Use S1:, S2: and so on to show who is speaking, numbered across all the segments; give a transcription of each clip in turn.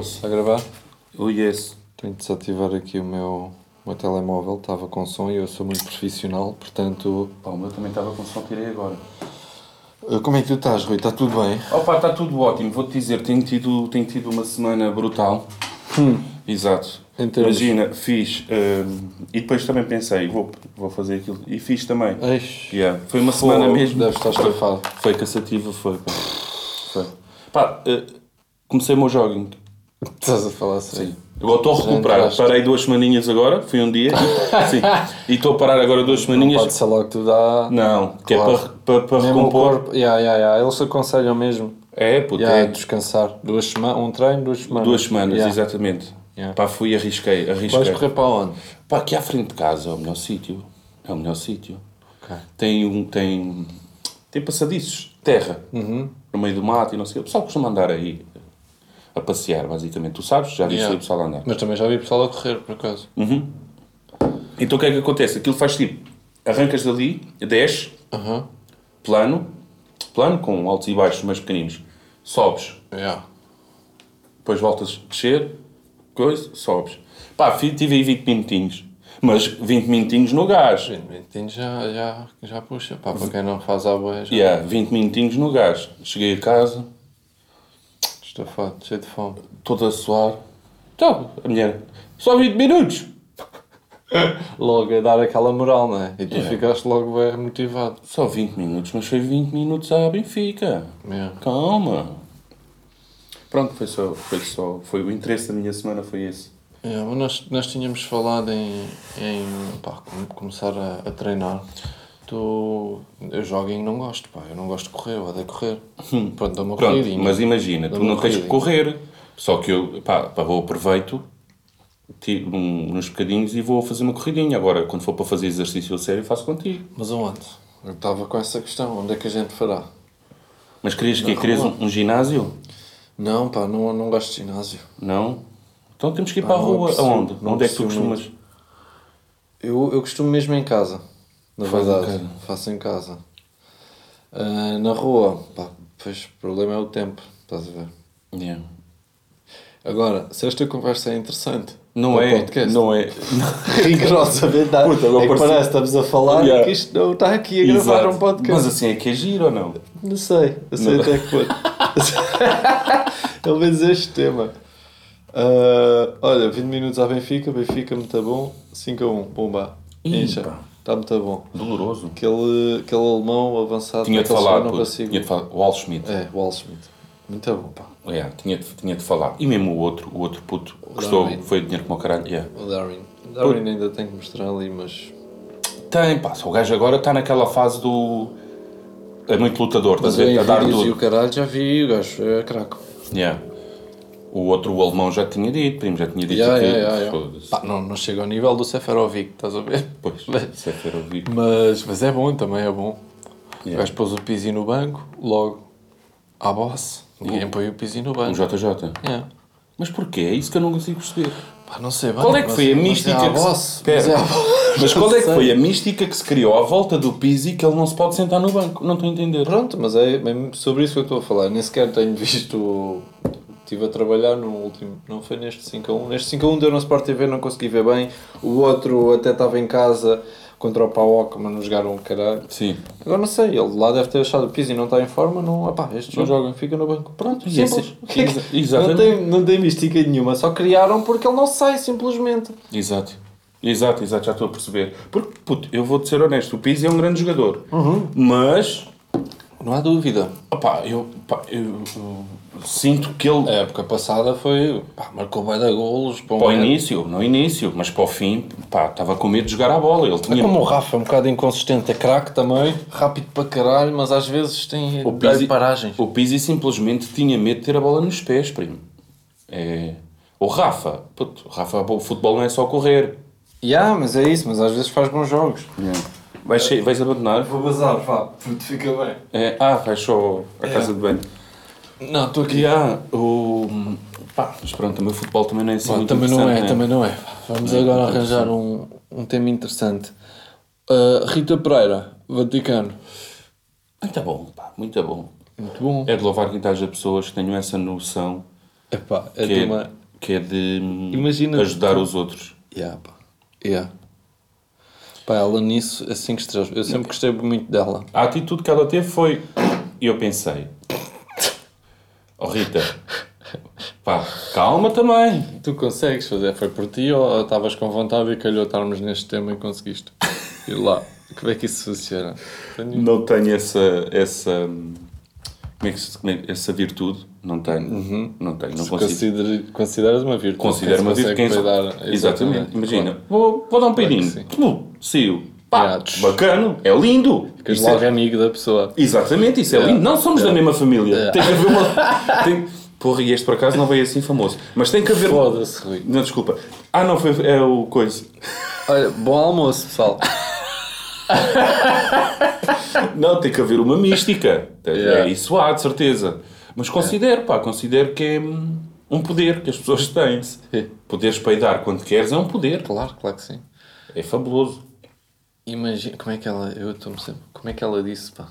S1: Está a gravar?
S2: Oh yes.
S1: Tenho de desativar aqui o meu, o meu telemóvel, estava com som e eu sou muito profissional, portanto.
S2: Pá, o meu também estava com som, tirei agora.
S1: Eh, Como é que tu estás, Rui? Está tudo bem?
S2: Opa, está tudo ótimo. Vou-te dizer, tenho tido, tenho tido uma semana brutal. Exato.
S1: Hum. Em termos-
S2: Imagina, fiz... hum, e depois também pensei, vou, vou fazer aquilo. E fiz também.
S1: Eish.
S2: Yeah. Foi uma semana
S1: Fogo,
S2: mesmo.
S1: Deve estar estafado.
S2: Foi cansativa, foi. Pá, foi. Pá eh, comecei o meu jogging.
S1: Estás a falar sério?
S2: Agora estou a recuperar.
S1: entraste.
S2: Parei duas semaninhas agora, fui um dia. Sim. E estou a parar agora duas semaninhas.
S1: Pode ser logo que tu dá.
S2: Não, que
S1: Claro.
S2: é para, para, para
S1: Mesmo o
S2: recompor.
S1: corpo. Yeah, yeah, yeah. Eles aconselham mesmo.
S2: É, puto,
S1: Yeah,
S2: é
S1: Descansar. Duas semanas. Um treino, duas semanas.
S2: duas semanas,
S1: Yeah.
S2: exatamente.
S1: Yeah.
S2: Pá, fui e arrisquei,
S1: Vais
S2: arrisquei.
S1: correr para onde?
S2: Pá, aqui à frente de casa é o melhor sítio. É o melhor sítio.
S1: Ok.
S2: Tem um, tem, tem passadiços, de terra,
S1: Uhum.
S2: no meio do mato e não sei o quê. O pessoal costuma andar aí a passear, basicamente. Tu sabes, já viste
S1: Yeah.
S2: aí o pessoal a andar.
S1: Mas também já vi pessoal a correr, por acaso.
S2: Então o que é que acontece? Aquilo faz tipo, arrancas dali, desce,
S1: Aham.
S2: plano, plano com altos e baixos, mas pequeninos. Sobes,
S1: Yeah.
S2: Depois voltas a descer, coisa, sobes. Pá, fi- tive aí 20 minutinhos. Mas 20 minutinhos no gás.
S1: Mentinho já, já, já puxa. Pá, para quem não faz a boia, já
S2: Yeah, 20 minutinhos no gás. Cheguei a casa,
S1: estafado, cheio de fome.
S2: todo a suar. Então, a mulher, só 20 minutos.
S1: Logo a dar aquela moral, não é? E tu ficaste logo bem motivado.
S2: Só 20 minutos, mas foi 20 minutos à Benfica.
S1: Yeah.
S2: Calma. Pronto, foi só, foi só, foi o interesse da minha semana foi esse.
S1: Yeah, É, mas nós, nós tínhamos falado em, em pá, com- começar a, a treinar. Tu, eu joguinho não gosto, pá. Eu não gosto de correr, eu odeio correr. Pronto, dá uma
S2: Hum. Pronto,
S1: corridinha.
S2: mas imagina, tu
S1: Dá-me
S2: não
S1: um
S2: tens que
S1: corridinho.
S2: correr. Só que eu, pá, pá vou aproveito, tiro um- uns bocadinhos e vou fazer uma corridinha. Agora, quando for para fazer exercício a sério, faço contigo.
S1: Mas aonde? Eu estava com essa questão, onde é que a gente fará?
S2: Mas querias que Querias um, um ginásio?
S1: Não, pá, não, não gosto de ginásio.
S2: Não? Então temos que ir para a
S1: não
S2: rua.
S1: percebo,
S2: Aonde?
S1: não
S2: Onde é que tu
S1: percebo
S2: costumas?
S1: Eu, eu costumo mesmo em casa. Na
S2: Faz em
S1: verdade, faço em casa. Ah, na rua, pá, pois o problema é o tempo, estás a ver?
S2: Yeah.
S1: Agora, se esta conversa é interessante,
S2: Não,
S1: para o
S2: é,
S1: podcast,
S2: não é.
S1: rigorosamente dá,
S2: Puta, agora
S1: é que
S2: parecia-
S1: parece que estamos a falar
S2: Yeah.
S1: e que isto não está aqui a gravar
S2: Exato.
S1: um podcast.
S2: Mas assim é que é giro ou não?
S1: Não sei, eu sei
S2: Não.
S1: até que ponto. Pelo menos este tema. Ah, olha, 20 minutos à Benfica, Benfica muito bom, 5 a 1, pumba.
S2: Ih,
S1: Incha,
S2: pá.
S1: está muito bom.
S2: Doloroso.
S1: Aquele, aquele alemão avançado
S2: Tinha de
S1: daquele
S2: falar,
S1: senhor Então, não
S2: puto.
S1: consigo.
S2: tinha de falar. O Al Schmidt.
S1: É, Wall Smith. Muito bom, pá.
S2: Yeah, tinha, de, tinha de falar. E mesmo o outro, o outro puto, gostou,
S1: Darwin.
S2: foi dinheiro como o caralho. Yeah.
S1: O Darwin. O Darwin ainda tem que mostrar ali, mas.
S2: Tem, pá, só o gajo agora está naquela fase do. É muito lutador, estás a ver? A dar
S1: e
S2: tudo.
S1: o caralho já vi, o gajo é craco.
S2: Yeah. O outro, o alemão, já tinha dito, primo, já tinha dito
S1: Yeah,
S2: aqui.
S1: yeah, yeah, yeah.
S2: Foda-se.
S1: Pá, não, não chega ao nível do Seferovic, estás a ver?
S2: Pois, isso é ter ouvido.
S1: Mas, mas é bom, também é bom. O
S2: Yeah.
S1: gajo pôs o Pizzi no banco, logo à bosse. Ninguém põe o Pizzi no
S2: O
S1: banco.
S2: JJ.
S1: É.
S2: Um Mas porquê? É isso que eu não consigo perceber.
S1: Pá, não sei bem.
S2: Qual é que
S1: mas-
S2: foi a
S1: mas
S2: mística
S1: É à
S2: que se-
S1: bosse.
S2: Espera.
S1: Mas é à bosse.
S2: Mas qual é que
S1: Não sei.
S2: foi a mística que se criou à volta do Pizzi que ele não se pode sentar no banco? Não estou a entender.
S1: Pronto, mas é mesmo sobre isso que eu estou a falar. Nem sequer tenho visto. Estive a trabalhar no último. Não foi neste 5 a 1. Neste 5 a 1 deu no Sport TV, não consegui ver bem. O outro até estava em casa contra o Paok, mas não jogaram um caralho.
S2: Sim.
S1: Agora não sei, ele lá deve ter achado o Pizzi não está em forma, não. Opá, este
S2: Não
S1: jogo
S2: joga.
S1: fica no banco. Pronto,
S2: E
S1: simples.
S2: esse-
S1: O que é que-
S2: exa- exatamente.
S1: Não tem, não tem mística nenhuma, só criaram porque ele não sai, simplesmente.
S2: Exato. Exato, exato, já estou a perceber. Porque, puto, eu vou-te ser honesto, o Pizzi é um grande jogador.
S1: Uhum.
S2: Mas,
S1: Não há dúvida.
S2: opá, eu, pá, eu, eu sinto que ele,
S1: A época passada foi. Pá, marcou bem da golos. bom,
S2: para o
S1: era-
S2: início, no início, mas para o fim, pá, estava com medo de jogar a bola. Ele
S1: É
S2: tinha...
S1: como o Rafa, um bocado inconsistente, é craque também, rápido para caralho, mas às vezes tem
S2: O Pizzi,
S1: dá-lhe paragens.
S2: o Pizzi simplesmente tinha medo de ter a bola nos pés, primo. É... O Rafa, puto, o Rafa, o futebol não é só correr.
S1: Ya, mas é isso, mas às vezes faz bons jogos.
S2: Vais, vais abandonar?
S1: Vou bazar, vá, puto, fica bem.
S2: É, ah, vais só à casa de banho.
S1: Não, estou aqui.
S2: E há o. Pá, mas pronto, também o futebol também não é assim.
S1: Pá,
S2: muito
S1: também não é,
S2: interessante, né?
S1: também não é. Vamos agora arranjar um, um tema interessante. Ah, Rita Pereira, Vaticano.
S2: Muito bom, pá, muito bom.
S1: Muito bom.
S2: tá É de louvar que haja pessoas que tenham essa noção
S1: Epá, é
S2: que,
S1: de
S2: é-
S1: uma...
S2: que, que é de hum,
S1: Imagina-
S2: ajudar os outros.
S1: Yeah, pá. Yeah. Pá, ela nisso, assim que estrelas. Eu sempre gostei muito dela.
S2: A atitude que ela teve foi. E eu pensei. Oh Rita, pá, calma também.
S1: Tu consegues fazer? Foi por ti ou estavas com vontade e calhou estarmos neste tema e conseguiste? E lá, como é que isso funciona? Tenho-
S2: Não tenho essa. essa hum, como é que se, como é- essa virtude? Não tenho.
S1: Uhum.
S2: Não tenho, não consigo.
S1: Consideri- Consideras uma virtude.
S2: Considero uma virtude quem
S1: se
S2: se-
S1: consegue cuidar.
S2: Exatamente. Imagina, vou, vou dar um peidinho.
S1: sim.
S2: Pum, saiu. Pá,
S1: Yeah, tch.
S2: bacano, é lindo.
S1: Ficas
S2: Isso é-
S1: logo amigo da pessoa.
S2: Exatamente, isso é
S1: Yeah.
S2: lindo. Não somos
S1: Yeah.
S2: da mesma família.
S1: É.
S2: Tem que haver uma. tem- Porra, e este por acaso não veio assim famoso. Mas tem que haver.
S1: Foda-se, Rui.
S2: Não, desculpa. Ah, não, foi é o coisa.
S1: Olha, bom almoço, pessoal.
S2: Não, tem que haver uma mística.
S1: Yeah.
S2: É isso há, de certeza. Mas considero, pá, considero que é hum, um poder que as pessoas têm.
S1: Sim.
S2: Poderes peidar quando queres é um poder.
S1: Claro, claro que sim.
S2: É fabuloso.
S1: Imagina, como é que ela, eu estou-me sempre, como é que ela disse, pá?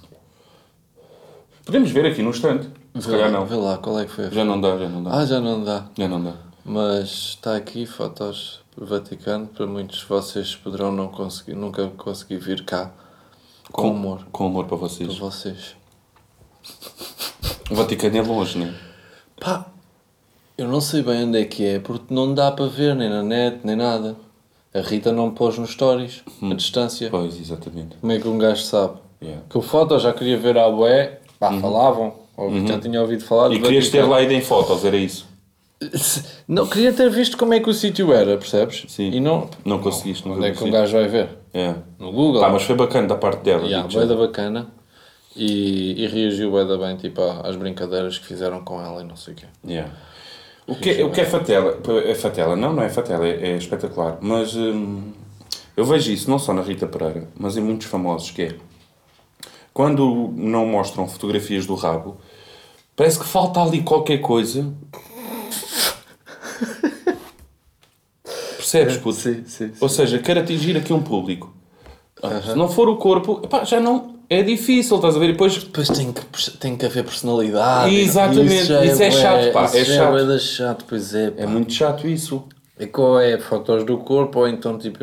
S2: Podemos ver aqui num instante. Se
S1: Vê
S2: calhar
S1: lá,
S2: não.
S1: vê lá, qual é que foi a
S2: Já não dá, já não dá.
S1: Ah, já não dá.
S2: Já não dá.
S1: Mas está aqui fotos do Vaticano. Para muitos de vocês poderão não conseguir, nunca conseguir vir cá com, amor
S2: Com amor para vocês.
S1: para vocês.
S2: O Vaticano é longe, né?
S1: Pá, eu não sei bem onde é que é, porque não dá para ver nem na net, nem nada. A Rita não pôs nos stories, a distância.
S2: Hum. Pois, exatamente.
S1: Como é que um gajo sabe?
S2: Yeah. Uhum.
S1: Que o foto eu já queria ver a bué, pá, falavam, ou já tinha ouvido falar
S2: E
S1: do
S2: querias ter
S1: Vaticano.
S2: lá ido em fotos, era isso?
S1: Não, queria ter visto como é que o sítio era, percebes?
S2: Sim.
S1: E não...
S2: Não conseguiste, não
S1: Onde é que um
S2: conseguiste.
S1: gajo vai ver?
S2: É.
S1: No Google?
S2: Pá, mas foi bacana da parte dela.
S1: Yeah,
S2: digo-te já.
S1: bué da bacana. E, e reagiu bué da bem, tipo, à- às brincadeiras que fizeram com ela e não sei o quê.
S2: Yeah. O, que, o que é fatela? É fatela? Não, não é fatela, é, é espetacular. Mas hum, eu vejo isso não só na Rita Pereira, mas em muitos famosos, que é quando não mostram fotografias do rabo, parece que falta ali qualquer coisa. Percebes, puto?
S1: sim,
S2: Ou seja, quer atingir aqui um público. Se não for o corpo, epá, já não. É difícil, estás a ver? E depois
S1: Depois tem que, tem que haver personalidade.
S2: Exatamente,
S1: já
S2: isso é
S1: bué-
S2: chato, pá,
S1: Isso
S2: é
S1: já
S2: chato.
S1: bué da chato, pois é, pá.
S2: é muito chato isso.
S1: E qual é? Fotos do corpo ou então, tipo,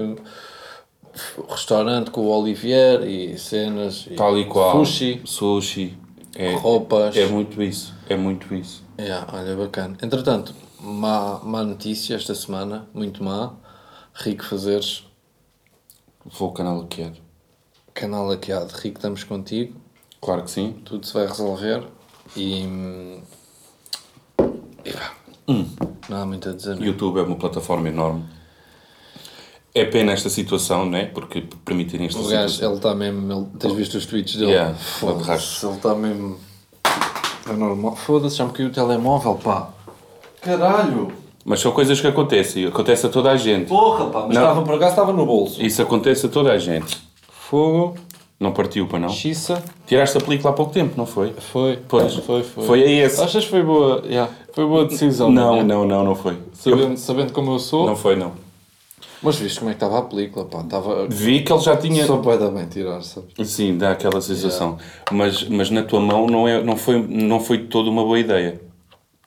S1: restaurante com o Olivier e cenas. e
S2: Tal e qual.
S1: Sushi,
S2: Sushi. É,
S1: roupas.
S2: é muito isso. É muito isso.
S1: Yeah, olha, bacana. Entretanto, má, má notícia esta semana, muito má. Rico Fazeres,
S2: Vou ao canal que é. quero.
S1: canal hackeado. Rico, estamos contigo,
S2: Claro que sim.
S1: tudo se vai resolver e. hum, e pá, Não há muito a dizer. não.
S2: YouTube é uma plataforma enorme. É pena esta situação, não é? Porque permitirem esta
S1: O gajo,
S2: situação.
S1: ele está mesmo. Ele, tens visto os tweets dele?
S2: Yeah,
S1: Foda-se, ele está mesmo. É normal. Foda-se, já me caiu o telemóvel, pá. Caralho!
S2: Mas são coisas que acontecem. Acontece a toda a gente.
S1: é- Porra, pá! Mas
S2: Não.
S1: estava por acaso, estava no bolso.
S2: Isso acontece a toda a gente.
S1: Fogo,
S2: Não partiu para não?
S1: xiça.
S2: Tiraste a película há pouco tempo, não foi?
S1: Foi,
S2: Pois.
S1: foi, foi.
S2: Foi a esse.
S1: Achas que foi boa, yeah, foi boa decisão?
S2: Não,
S1: né?
S2: não, não, não foi.
S1: Sabendo, sabendo como eu sou,
S2: Não foi, não.
S1: mas viste como é que estava a película, pá, estava.
S2: Vi que ele já tinha.
S1: Só pode dar bem tirar, sabes?
S2: Sim, dá aquela sensação. Mas, mas na tua mão não, é, não, foi, não foi de toda uma boa ideia.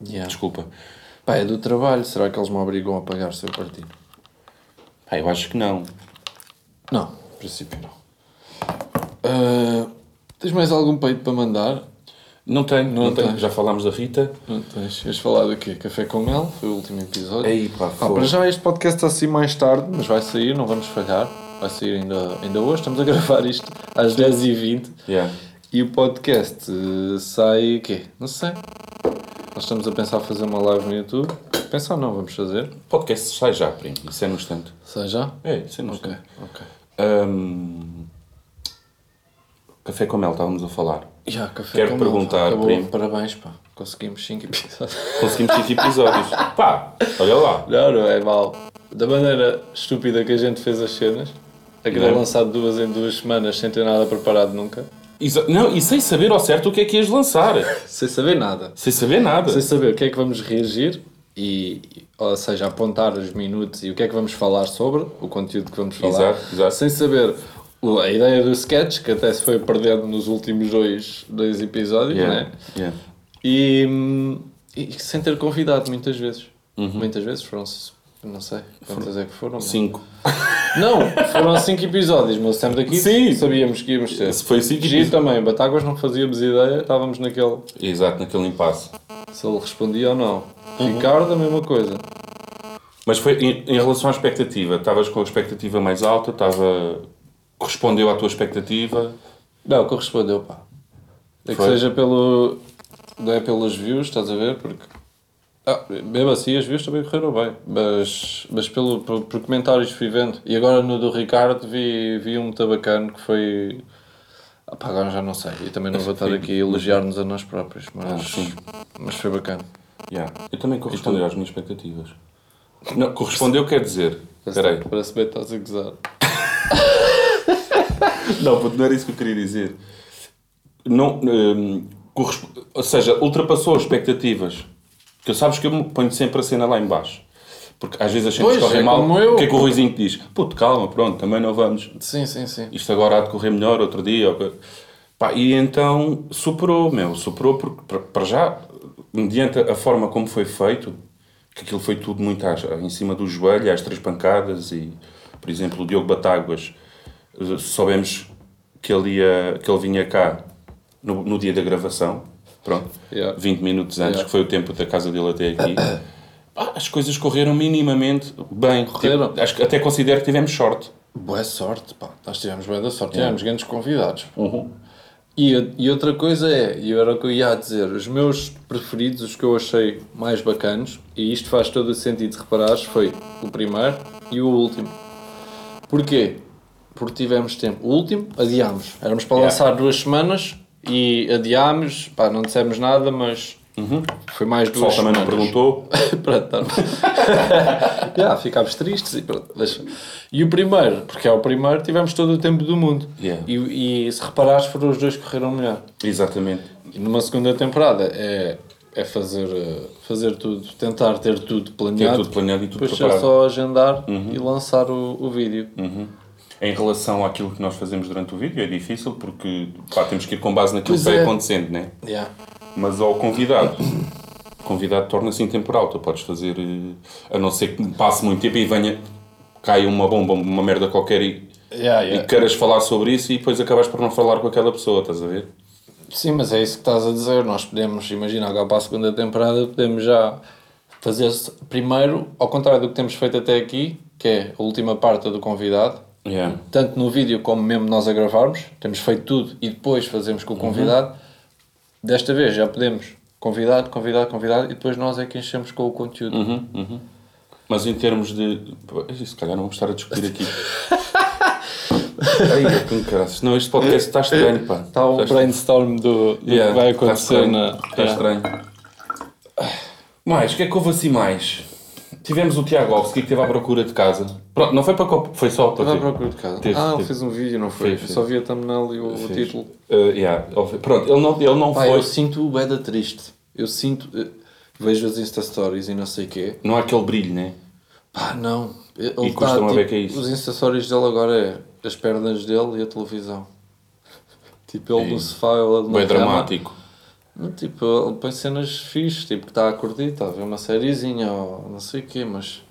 S1: Yeah.
S2: Desculpa.
S1: Pá, é do trabalho, será que eles me obrigam a pagar se eu partir?
S2: Ah, eu acho que não.
S1: Não, em princípio não. Ah, tens mais algum peito para mandar?
S2: Não tenho, não, tenho.
S1: tem.
S2: Já falámos da Rita.
S1: Não tens. Ias falar do quê? Café com mel? Foi o último episódio.
S2: Ei, pá,
S1: Ah,
S2: fogo.
S1: para já este podcast está assim mais tarde, mas vai sair, não vamos falhar. Vai sair ainda, ainda hoje. Estamos a gravar isto às 10h20.
S2: Yeah.
S1: E o podcast eh, sai o quê? Não sei. Nós estamos a pensar fazer uma live no YouTube. Pensar não, vamos fazer.
S2: Podcast sai já, primo. Isso é no instante.
S1: Sai já?
S2: É, isso é no
S1: Ok,
S2: instante.
S1: ok.
S2: Ahm, Café com mel, estávamos a falar.
S1: Já, café
S2: Quero
S1: com mel.
S2: perguntar,
S1: Acabou.
S2: primo.
S1: Parabéns, pá. Conseguimos 5 episódios.
S2: Conseguimos 5 episódios. Pá, olha lá.
S1: Não, não é mal. Da maneira estúpida que a gente fez as cenas, é a querer
S2: Não.
S1: lançar de duas em duas semanas sem ter nada preparado nunca,
S2: Exa- não, e sem saber ao certo o que é que ias lançar.
S1: sem saber nada,
S2: Sem saber nada.
S1: sem saber o que é que vamos reagir e, ou seja, apontar os minutos e o que é que vamos falar sobre, o conteúdo que vamos falar,
S2: Exato, exato.
S1: sem saber o- a ideia do sketch, que até se foi perdendo nos últimos dois, dois episódios,
S2: é? Yeah,
S1: né?
S2: yeah.
S1: E, hum, e sem ter convidado muitas vezes. Muitas vezes foram, não sei quantas é que foram. mas-
S2: Uhum. Cinco.
S1: Não, foram 5 episódios, mas sempre daqui
S2: Sim.
S1: sabíamos que íamos ter.
S2: Se foi cinco
S1: Giro também, Batáguas não fazíamos ideia, estávamos naquele
S2: Exato, naquele impasse.
S1: se ele respondia ou não.
S2: Uhum.
S1: Ricardo, a mesma coisa.
S2: Mas foi em, em relação à expectativa, estavas com a expectativa mais alta, estava. correspondeu à tua expectativa.
S1: Não, correspondeu, pá. É que
S2: Foi?
S1: seja pelo. Não é pelas views, estás a ver? Porque. Ah, mesmo assim, as views também correram bem. Mas, mas pelo, por, por comentários fui vendo. E agora no do Ricardo vi, vi um muito bacana que foi. Ah, pá, agora já não sei. E também não vou estar aqui a elogiar-nos a nós próprios. Mas, mas foi bacana.
S2: Yeah. Eu também correspondi às minhas expectativas. Não, correspondeu quer dizer. Espera aí.
S1: Parece bem que estás a gozar.
S2: Não, puto, não era isso que eu queria dizer. Não, hum, corresp- Ou seja, ultrapassou as expectativas. Que eu sabes que eu me ponho sempre a cena lá em baixo. Porque às vezes as cenas
S1: Pois,
S2: correm
S1: é
S2: mal.
S1: como eu.
S2: O que é que o Ruizinho te diz? Puto, calma, pronto, também não vamos.
S1: Sim, sim, sim.
S2: Isto agora há de correr melhor outro dia. ou que- Pá, e então superou, meu. Superou porque, para- para já, mediante a forma como foi feito, que aquilo foi tudo muito às- em cima do joelho, às três pancadas e, por exemplo, o Diogo Batáguas, eh, soubemos que ele, ia, que ele vinha cá no, no dia da gravação, pronto,
S1: Yeah.
S2: 20 minutos antes,
S1: Yeah.
S2: que foi o tempo da casa dele até aqui. Ah, as coisas correram minimamente bem.
S1: Correram.
S2: Tipo, Acho que até considero que tivemos sorte.
S1: Boa sorte, pá. Nós tivemos boa da sorte, tivemos grandes convidados. É. Uhum. E, e outra coisa é, e era o que eu ia a dizer, os meus preferidos, os que eu achei mais bacanos, e isto faz todo o sentido de reparares, foi o primeiro e o último. Porquê? Porque tivemos tempo. O último, adiámos. Éramos para
S2: Yeah.
S1: lançar duas semanas e adiámos, pá, não dissemos nada, mas foi mais
S2: O pessoal
S1: duas
S2: também
S1: semanas.
S2: não perguntou.
S1: pronto, tá. yeah, ficámos tristes e pronto. deixa. E o primeiro, porque é o primeiro, tivemos todo o tempo do mundo.
S2: Yeah.
S1: E, e se reparares, foram os dois que correram melhor.
S2: Exatamente.
S1: E numa segunda temporada é, é fazer, eh, fazer tudo, tentar ter
S2: Ter
S1: tudo planeado.
S2: tudo planeado e tudo
S1: Depois é
S2: preparado. Uhum.
S1: só agendar e lançar o, o vídeo.
S2: Em relação àquilo que nós fazemos durante o vídeo, é difícil porque pá, temos que ir com base naquilo
S1: Pois
S2: que vai
S1: é.
S2: acontecendo, né?
S1: Yeah.
S2: Mas ao convidado. O convidado torna-se intemporal. Tu podes fazer. eh, A não ser que passe muito tempo e venha. caia uma bomba, uma merda qualquer e,
S1: Yeah, yeah.
S2: e queiras falar sobre isso e depois acabas por não falar com aquela pessoa, estás a ver?
S1: Sim, mas é isso que estás a dizer. Nós podemos, imagina, agora para a segunda temporada, podemos já fazer primeiro, ao contrário do que temos feito até aqui, que é a última parte do convidado,
S2: Yeah.
S1: tanto no vídeo como mesmo nós a gravarmos, temos feito tudo e depois fazemos com o convidado. Desta vez já podemos convidado, convidado, convidado e depois nós é que enchemos com o conteúdo.
S2: Mas em termos de. Pô, Se calhar não vamos estar a discutir aqui. Ai, que caraças. Não, este podcast está estranho, pá.
S1: Está um
S2: Está
S1: brainstorm do, do
S2: Yeah,
S1: que vai
S2: tá
S1: acontecer
S2: estranho,
S1: na. É.
S2: Está
S1: Yeah.
S2: estranho. Mais, o que é que houve assim mais? Tivemos o Tiago Alves que esteve à procura de casa. Pronto, não foi para copo, foi só para
S1: Vai
S2: ti.
S1: à procura de casa.
S2: Teve,
S1: ah, ele
S2: teve.
S1: fez um vídeo, não foi?
S2: Fez, fez.
S1: Só vi a thumbnail e o, o
S2: Fez.
S1: título.
S2: Uh, yeah, ele foi- Pronto, ele não, ele não
S1: Pá,
S2: foi.
S1: eu sinto o Beda triste. Eu sinto. eh, vejo as Insta Stories e não sei o quê.
S2: Não há aquele brilho, né?
S1: Pá, não. Ele tá,
S2: custa-me a ver que é isso.
S1: Os Insta Stories dele agora é as pernas dele e a televisão. Tipo, ele no sofá, ele na
S2: Bem
S1: cama.
S2: dramático.
S1: Não, Tipo, ele põe cenas fixe, tipo, que está a curtir, está a ver uma sériezinha ou não sei o quê, mas.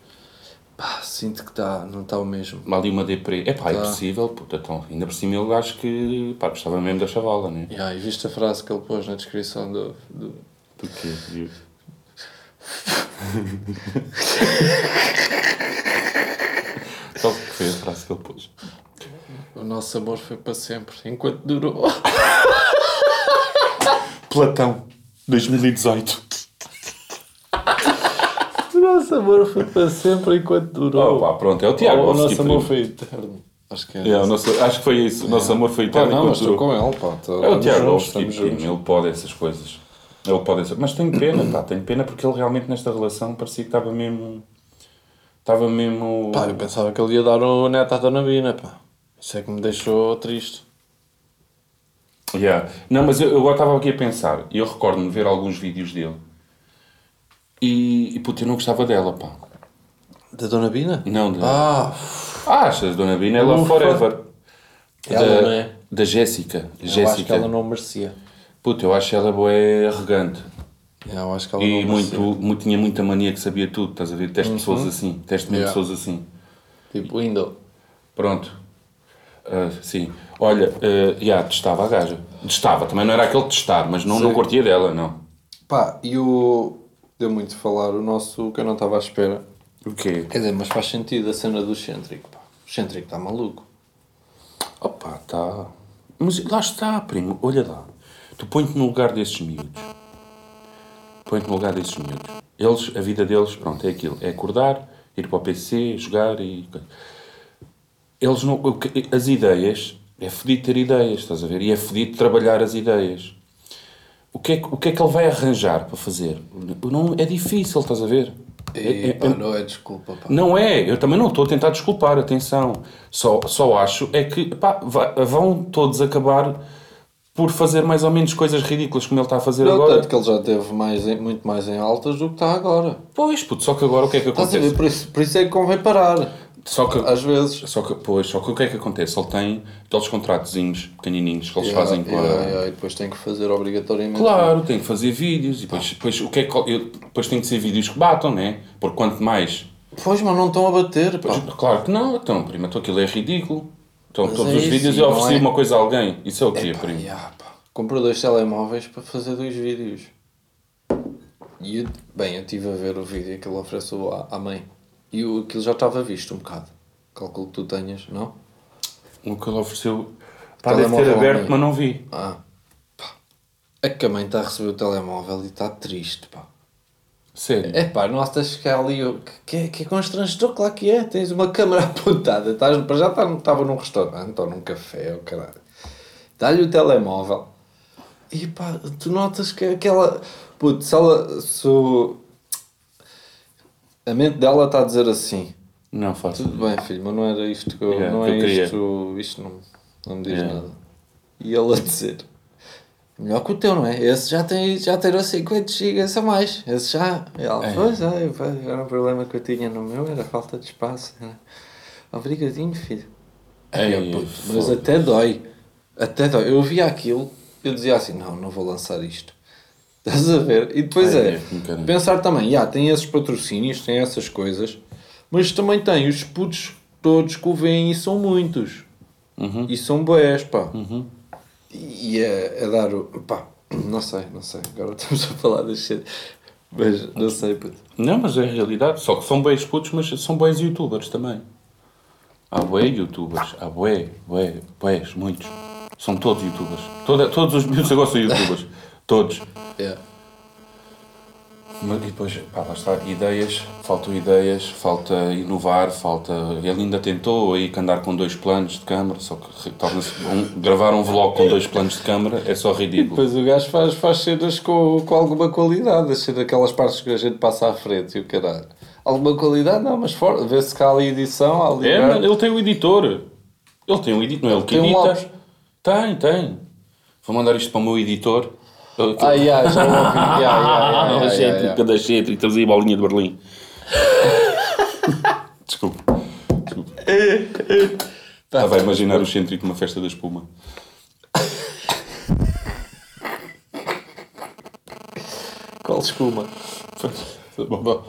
S1: Pá, sinto que está, não está o mesmo.
S2: Ali uma deprê. É
S1: Tá.
S2: pá, é possível, puta, então, ainda por cima ele acho que pá, gostava mesmo da chavala, né?
S1: E aí, viste a frase que ele pôs na descrição do. do...
S2: Porque, viu? Só que foi a frase que ele pôs.
S1: O nosso amor foi para sempre, enquanto durou.
S2: Platão, 2018.
S1: O nosso amor foi para sempre enquanto durou.
S2: Oh, pá, pronto, é o Tiago.
S1: Ou o
S2: Alves,
S1: nosso
S2: tipo,
S1: amor foi eterno. Acho que é.
S2: É, o nosso- acho que foi isso. O nosso amor foi
S1: Pá,
S2: eterno
S1: não, mas
S2: enquanto
S1: estou
S2: durou.
S1: com ele, pá. Tô,
S2: É o Tiago
S1: juntos,
S2: Alves,
S1: estamos
S2: tipo,
S1: juntos.
S2: ele pode essas coisas. Ele pode essas... Mas tenho pena, pá, tenho pena porque ele realmente nesta relação parecia que estava mesmo... Estava mesmo...
S1: Pá, eu pensava que ele ia dar o neto à Dona Bina, pá. Isso é que me deixou triste.
S2: Yeah. Não, mas eu, eu agora estava aqui a pensar, e eu recordo-me de ver alguns vídeos dele, e, e puto, eu não gostava dela, pá.
S1: Da Dona Bina?
S2: Não, de-
S1: Ah,
S2: Ah, achas, Dona Bina, ela
S1: Não,
S2: forever.
S1: ela
S2: da,
S1: não é.
S2: Da Jéssica.
S1: Eu acho que
S2: Jéssica.
S1: ela não merecia.
S2: Puto, eu acho ela boa arrogante.
S1: Yeah, É, eu acho que ela
S2: E
S1: não
S2: muito,
S1: merecia.
S2: muito- tinha muita mania que sabia tudo, estás a ver? Teste pessoas assim, teste mesmo
S1: Yeah.
S2: pessoas assim.
S1: Tipo, Window.
S2: Pronto. Ah, sim. Olha, ah, yeah, testava a gaja. Testava, também não era aquele testar, mas não, não curtia dela, não.
S1: Pá, e o. Deu muito de falar o nosso que eu não estava à espera.
S2: O quê?
S1: Quer dizer, mas faz sentido a cena do Centric, pá. O Centric está maluco.
S2: Opa, tá. Mas lá está, primo, olha lá. Tu põe-te no lugar desses miúdos. Põe-te no lugar desses miúdos. Eles, a vida deles, pronto, é aquilo. É acordar, ir para o PC, jogar e... Eles não... o que- As ideias... É fodido ter ideias, estás a ver? E é fodido trabalhar as ideias. O que, é, que- o que é que ele vai arranjar para fazer? Não, é difícil, estás a ver?
S1: E, pá, não é desculpa, pá.
S2: Não é, eu também não estou a tentar desculpar, atenção. Só, só acho é que pá, va- vão todos acabar por fazer mais ou menos coisas ridículas como ele está a fazer
S1: Não,
S2: agora.
S1: tanto que ele já teve mais em- muito mais em altas do que está agora.
S2: Pois, puto, só que agora o que é que
S1: Estás a ver?
S2: acontece?
S1: Por isso, por isso é que convém parar.
S2: Só que,
S1: Às vezes.
S2: só que, pois, só que o que é que acontece? Ele tem aqueles contratozinhos pequenininhos que eles fazem com a-
S1: Yeah, yeah, e depois tem que fazer obrigatoriamente.
S2: Claro, tem que fazer vídeos e depois, depois, o que é que, eu- depois tem que ser vídeos que batam, né? Porque quanto mais
S1: Pois, mas não estão a bater, pá.
S2: Pois, claro que não, então, prima, então aquilo é ridículo. Então,
S1: Ah. Mas
S2: todos
S1: é
S2: os
S1: isso,
S2: vídeos
S1: e
S2: eu
S1: não
S2: ofereci
S1: é?
S2: uma coisa a alguém. Isso é o quê, primo?
S1: Yeah, ah, pá. Comprou dois telemóveis para fazer dois vídeos. E eu- bem, eu estive a ver o vídeo que ele ofereceu à, à mãe. E o, aquilo já estava visto um bocado. Calculo que tu tenhas, não?
S2: O que ele ofereceu. Pá,
S1: Telemóvel
S2: deve ter
S1: ao
S2: aberto,
S1: meio.
S2: mas não vi.
S1: Ah, pá. É que a mãe está a receber o telemóvel e está triste, pá.
S2: Sério.
S1: É pá, não tens que ali. o- que- Que, é- que é constrangedor, claro que é. Tens uma câmera apontada. Estás, para já estás- estava num restaurante ou num café, ou caralho. Dá-lhe o telemóvel. E pá, tu notas que aquela. Puto, se ela. Se o- A mente dela está a dizer assim:
S2: Não faço.
S1: tudo bem, filho, mas não era isto que eu.
S2: Yeah,
S1: não
S2: que eu
S1: é
S2: queria."
S1: isto. Isto não, não me diz
S2: Yeah.
S1: nada. E ele a dizer: Melhor que o teu, não é? Esse já tem já terá 50 gigas a mais. Esse já. E ela, pois é, pá, era um problema que eu tinha no meu, era falta de espaço. Era... Obrigadinho, filho.
S2: Ei,
S1: Ai, puto, mas
S2: foda.
S1: até dói. Até dói. Eu via aquilo, eu dizia assim: não, não vou lançar isto. Estás a ver? E depois
S2: Ai,
S1: é,
S2: é, caralho.
S1: pensar também, já, tem esses patrocínios, tem essas coisas, mas também tem os putos todos que o veem e são muitos. E são boés, pá. E é, é dar o. pá, não sei, não sei. Agora estamos a falar das cenas, mas não sei, puto.
S2: Não, mas é a realidade. Só que são bens putos, mas são bens youtubers também. Há bué youtubers. Há bué, bué, bués, muitos. São todos youtubers. Toda, todos os miúdos agora são youtubers. todos.
S1: Yeah.
S2: Mas e depois, pá, lá está, ideias, faltam ideias, falta inovar, falta. Ele ainda tentou aí que andar com dois planos de câmara, só que talvez um, gravar um vlog com dois planos de câmara é só ridículo.
S1: Pois o gajo faz, faz cenas com, com alguma qualidade, as cenas, aquelas partes que a gente passa à frente e o caralho. Alguma qualidade, não, mas fora, vê-se que há ali edição, há ali.
S2: É,
S1: merda.
S2: mas ele tem um editor. Ele tem um editor, não é ele que
S1: Tem um lápis.
S2: edita. Tem, tem. Vou mandar isto para o meu editor. Ele-
S1: Ah, yeah, já ouvi. Yeah, yeah,
S2: Ah,
S1: yeah,
S2: da
S1: yeah, yeah,
S2: Cétrica,
S1: yeah.
S2: da Cétrica, temos aí a bolinha de Berlim. Desculpa. Desculpa.
S1: Tá.
S2: Estava a imaginar o Cêntrico numa festa da espuma.
S1: Qual espuma?
S2: Bom, bom.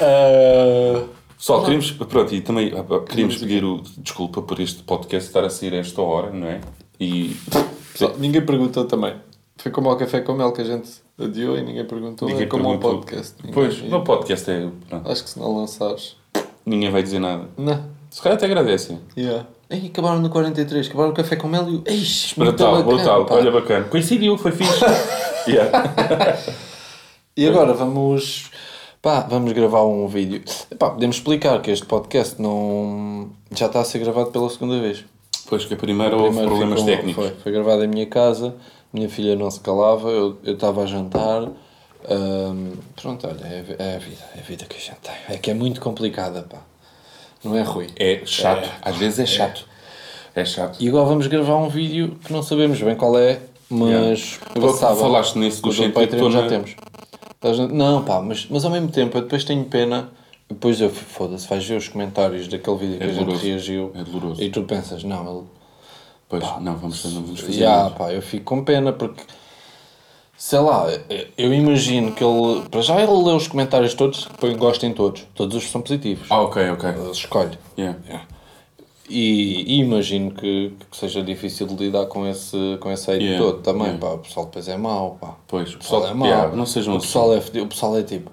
S1: Ah,
S2: Só queríamos. Pronto, e também ah, pá, queríamos pedir o, desculpa por este podcast estar a sair a esta hora, não é? E
S1: Só- ninguém perguntou também. Foi como ao café com mel que a gente adiou e ninguém perguntou.
S2: ninguém
S1: é como ao
S2: perguntou.
S1: podcast. Ninguém-
S2: Pois, o meu podcast é. pronto,
S1: Acho que se não lançares.
S2: ninguém vai dizer nada.
S1: Não.
S2: Se calhar até agradecem.
S1: Yeah. Ei, acabaram no 43, acabaram o café com mel e o. Eish, muito
S2: Brutal,
S1: bacana,
S2: brutal.
S1: pá.
S2: Olha, bacana. Coincidiu, foi fixe. yeah.
S1: E agora vamos. Pá, vamos gravar um vídeo. Pá, podemos explicar que este podcast não. já está a ser gravado pela segunda vez.
S2: Pois que a primeira houve
S1: Primeiro
S2: problemas
S1: ficou-
S2: técnicos.
S1: Foi, foi gravado em minha casa, minha filha não se calava, eu eu estava a jantar. hum, pronto, olha, é, a vi- é a vida, é a vida que a gente tem. É que é muito complicada, pá. Não é ruim.
S2: É chato. Às vezes é chato. É, chato.
S1: E agora vamos gravar um vídeo que não sabemos bem qual é, mas
S2: Agora que
S1: passava.
S2: falaste nesse do
S1: Mas o
S2: Cêntrico, estou
S1: Patreon já
S2: na-
S1: temos. Estás na- Não, pá, mas, mas ao mesmo tempo eu depois tenho pena. Depois eu foda-se, vais ver os comentários daquele vídeo que a gente
S2: doloroso.
S1: reagiu
S2: É doloroso.
S1: e tu pensas, não, ele
S2: Pois, não, vamos, não vamos fazer
S1: Ya,
S2: nada.
S1: pá, eu fico com pena porque Sei lá, é, eu imagino que ele. Para já ele lê os comentários todos, que põe gosto em todos. Todos os são positivos.
S2: Ah, ok, ok.
S1: Ele escolhe.
S2: Yeah.
S1: É. E, e imagino que, que seja difícil de lidar com esse, com esse hate
S2: Yeah,
S1: todo também.
S2: yeah.
S1: Pá, o pessoal depois é mau. Pá.
S2: Pois,
S1: O pessoal é mau.
S2: yeah, não sejam assim.
S1: o, pessoal é, fedi- o pessoal é tipo.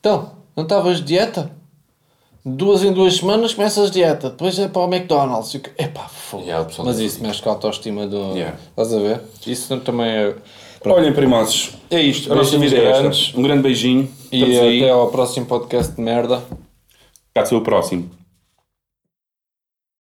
S1: Então, não estavas de dieta? Duas em duas semanas começas dieta, depois é para o McDonald's. E o que- Epá, foda
S2: Yeah, o pessoal
S1: Mas
S2: é
S1: isso mexe com a autoestima do.
S2: Yeah.
S1: Estás a ver? Isso também é.
S2: Olhem, primazes, é isto. A nossa
S1: Beijinhos
S2: vida é esta.
S1: grandes.
S2: Um grande beijinho.
S1: E
S2: Estamos aí.
S1: até ao próximo podcast de merda.
S2: Cá-se o próximo.